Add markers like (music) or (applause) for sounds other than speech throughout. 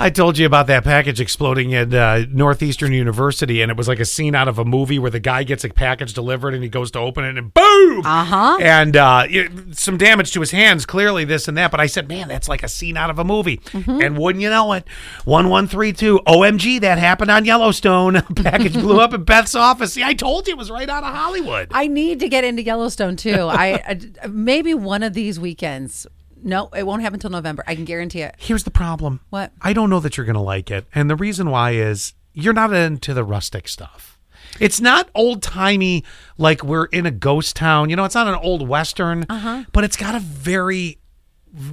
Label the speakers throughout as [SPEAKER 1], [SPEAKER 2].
[SPEAKER 1] I told you about that package exploding at uh, Northeastern University, and it was like a scene out of a movie where the guy gets a package delivered and he goes to open it, and boom!
[SPEAKER 2] Uh-huh.
[SPEAKER 1] And uh, it- some damage to his hands, clearly this and that. But I said, man, that's like a scene out of a movie. And wouldn't you know it? One one three two. OMG, that happened on Yellowstone. (laughs) package blew up at Beth's office. See, I told you it was right out of Hollywood.
[SPEAKER 2] I need to get into Yellowstone too.
[SPEAKER 1] (laughs)
[SPEAKER 2] I, I maybe one of these weekends. No, it won't happen until November. I can guarantee it.
[SPEAKER 1] Here's the problem.
[SPEAKER 2] What?
[SPEAKER 1] I don't know that you're going to like it. And the reason why is you're not into the rustic stuff. It's not old timey, like we're in a ghost town. You know, it's not an old Western,
[SPEAKER 2] Uh-huh.
[SPEAKER 1] but it's got a very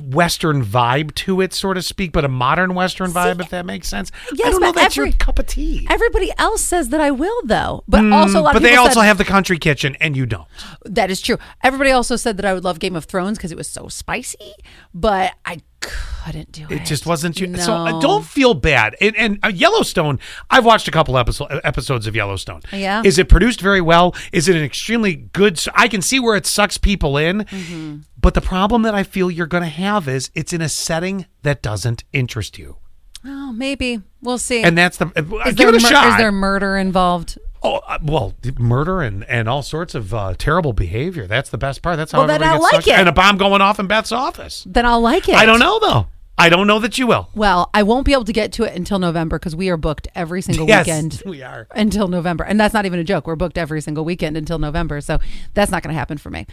[SPEAKER 1] Western vibe to it, so to speak, but a modern Western vibe, if that makes sense. I
[SPEAKER 2] Yes,
[SPEAKER 1] don't know
[SPEAKER 2] but
[SPEAKER 1] that's your
[SPEAKER 2] every-
[SPEAKER 1] cup of tea.
[SPEAKER 2] Everybody else says that I will though, but also a lot
[SPEAKER 1] Hmm, But
[SPEAKER 2] of
[SPEAKER 1] they
[SPEAKER 2] people
[SPEAKER 1] also
[SPEAKER 2] said,
[SPEAKER 1] have the country kitchen, and you don't.
[SPEAKER 2] that is true. Everybody also said that I would love Game of Thrones because it was so spicy, but I couldn't do it.
[SPEAKER 1] It just wasn't you. So uh,
[SPEAKER 2] No.
[SPEAKER 1] don't feel bad. And, and uh, Yellowstone, I've watched a couple episode, episodes of Yellowstone.
[SPEAKER 2] Yeah.
[SPEAKER 1] Is it produced very well? Is it an extremely good? s- I can see where it sucks people in.
[SPEAKER 2] Mm-hmm.
[SPEAKER 1] But the problem that I feel you're going to have is it's in a setting that doesn't interest you.
[SPEAKER 2] Oh, maybe we'll see.
[SPEAKER 1] And that's the. uh,
[SPEAKER 2] is
[SPEAKER 1] give
[SPEAKER 2] there
[SPEAKER 1] it a
[SPEAKER 2] mur-
[SPEAKER 1] shot.
[SPEAKER 2] is there murder involved?
[SPEAKER 1] oh, uh, well, murder and, and all sorts of uh, terrible behavior. That's the best part. That's how
[SPEAKER 2] Well, then
[SPEAKER 1] everybody
[SPEAKER 2] I
[SPEAKER 1] gets
[SPEAKER 2] like
[SPEAKER 1] sucked-
[SPEAKER 2] it.
[SPEAKER 1] And a bomb going off in Beth's office.
[SPEAKER 2] Then I'll like it.
[SPEAKER 1] I don't know, though. I don't know that you will.
[SPEAKER 2] Well, I won't be able to get to it until November because we are booked every single
[SPEAKER 1] Yes,
[SPEAKER 2] weekend.
[SPEAKER 1] (laughs) we are.
[SPEAKER 2] Until November. And that's not even a joke. We're booked every single weekend until November. So that's not going to happen for me.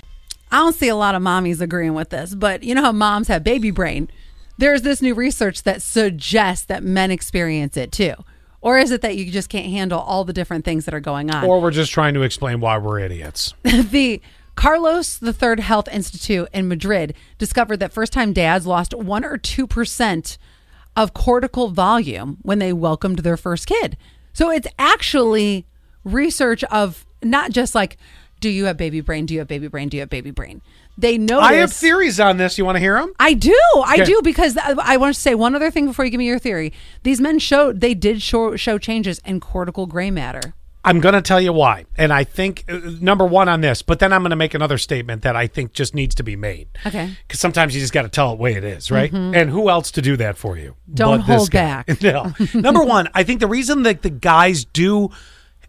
[SPEAKER 2] I don't see a lot of mommies agreeing with this, but you know how moms have baby brain? There's this new research that suggests that men experience it too. Or is it that you just can't handle all the different things that are going on?
[SPEAKER 1] Or we're just trying to explain why we're idiots.
[SPEAKER 2] (laughs) the Carlos III Health Institute in Madrid discovered that first time dads lost 1 or 2% of cortical volume when they welcomed their first kid. So it's actually research of not just like, do you have baby brain? Do you have baby brain? Do you have baby brain? They notice.
[SPEAKER 1] I have theories on this. You want to hear them?
[SPEAKER 2] I do. I
[SPEAKER 1] Okay.
[SPEAKER 2] do because th- I want to say one other thing before you give me your theory. These men showed they did show, show changes in cortical gray matter.
[SPEAKER 1] I'm going to tell you why. And I think, uh, number one on this, but then I'm going to make another statement that I think just needs to be made.
[SPEAKER 2] Okay. Mm-hmm.
[SPEAKER 1] Because sometimes you just got to tell it the way it is, right? And who else to do that for you?
[SPEAKER 2] Don't
[SPEAKER 1] but this
[SPEAKER 2] hold
[SPEAKER 1] guy. (laughs)
[SPEAKER 2] back.
[SPEAKER 1] no. Number one, I think the reason that the guys do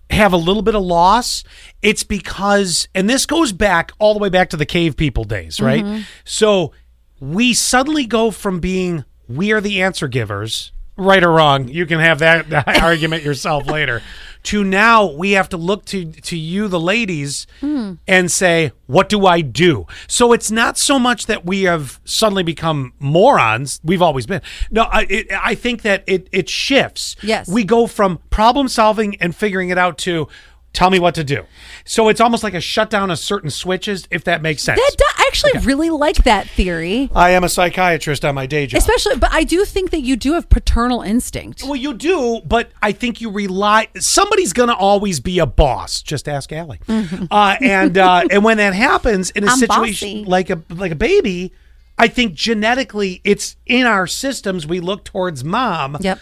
[SPEAKER 1] have a little bit of loss, it's because, and this goes back all the way back to the cave people days, right?
[SPEAKER 2] Mm-hmm.
[SPEAKER 1] So we suddenly go from being we are the answer givers, right or wrong. You can have that, that (laughs) argument yourself later. To now we have to look to to you, the ladies, and say, what do I do? So it's not so much that we have suddenly become morons. We've always been. No, I it, I think that it it shifts.
[SPEAKER 2] Yes.
[SPEAKER 1] we go from problem solving and figuring it out to tell me what to do. So it's almost like a shutdown of certain switches, if that makes sense.
[SPEAKER 2] That do- I actually really like that theory.
[SPEAKER 1] I am a psychiatrist on my day job.
[SPEAKER 2] Especially, but I do think that you do have paternal instinct.
[SPEAKER 1] well, you do, but I think you rely. Somebody's going to always be a boss. Just ask Allie. Uh, and uh, and when that happens in a
[SPEAKER 2] Mm-hmm. I'm
[SPEAKER 1] situation
[SPEAKER 2] bossy.
[SPEAKER 1] like a like a baby, I think genetically it's in our systems. We look towards mom
[SPEAKER 2] Yep.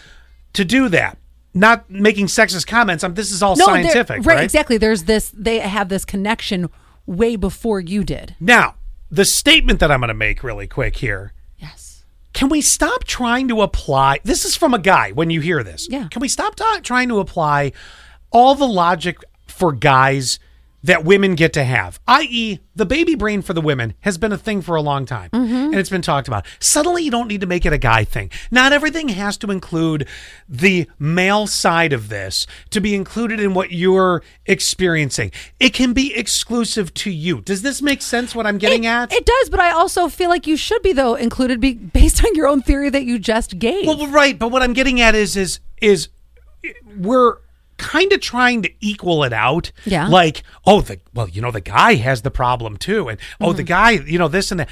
[SPEAKER 1] to do that. Not making sexist comments. I'm, this is all
[SPEAKER 2] they're-
[SPEAKER 1] scientific,
[SPEAKER 2] right? Exactly. There's this. They have this connection way before you did.
[SPEAKER 1] Now, the statement that I'm going to make really quick here
[SPEAKER 2] Yes.
[SPEAKER 1] can we stop trying to apply this is from a guy when you hear this
[SPEAKER 2] Yeah.
[SPEAKER 1] can we stop ta- trying to apply all the logic for guys that women get to have i.e the baby brain for the women has been a thing for a long time
[SPEAKER 2] Mm-hmm.
[SPEAKER 1] and it's been talked about suddenly you don't need to make it a guy thing not everything has to include the male side of this to be included in what you're experiencing it can be exclusive to you does this make sense what i'm getting
[SPEAKER 2] It,
[SPEAKER 1] at
[SPEAKER 2] it does, but I also feel like you should be though included be (laughs) based on your own theory that you just gave.
[SPEAKER 1] Well, right, but what I'm getting at is is is we're kind of trying to equal it out.
[SPEAKER 2] Yeah.
[SPEAKER 1] Like, oh, the well, you know, the guy has the problem too, and oh, the guy, you know, this and that.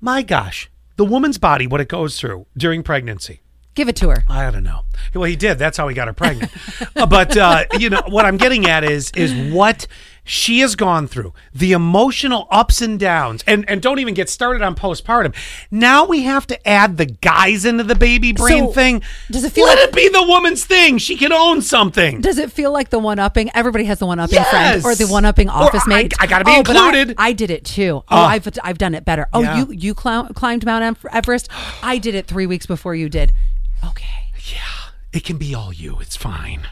[SPEAKER 1] My gosh, the woman's body, what it goes through during pregnancy.
[SPEAKER 2] Give it to her.
[SPEAKER 1] I don't know. Well, he did. That's how he got her pregnant. (laughs) Uh, but uh, you know what I'm getting at is is what she has gone through, the emotional ups and downs, and and don't even get started on postpartum. Now we have to add the guys into the baby brain
[SPEAKER 2] So,
[SPEAKER 1] thing.
[SPEAKER 2] does it feel
[SPEAKER 1] Let
[SPEAKER 2] like-
[SPEAKER 1] it be the woman's thing. She can own something.
[SPEAKER 2] Does it feel like the one upping? Everybody has the one upping friend
[SPEAKER 1] Yes.
[SPEAKER 2] or the one upping
[SPEAKER 1] Or
[SPEAKER 2] office
[SPEAKER 1] I-
[SPEAKER 2] mate.
[SPEAKER 1] I gotta be
[SPEAKER 2] Oh, but I-
[SPEAKER 1] included. Ah.
[SPEAKER 2] I, did it too. Oh, I've I've done it better. Oh,
[SPEAKER 1] Yeah. (gasps)
[SPEAKER 2] you you clou- climbed Mount Ev- Everest. I did it three weeks before you did. Okay.
[SPEAKER 1] It can be all you. It's fine.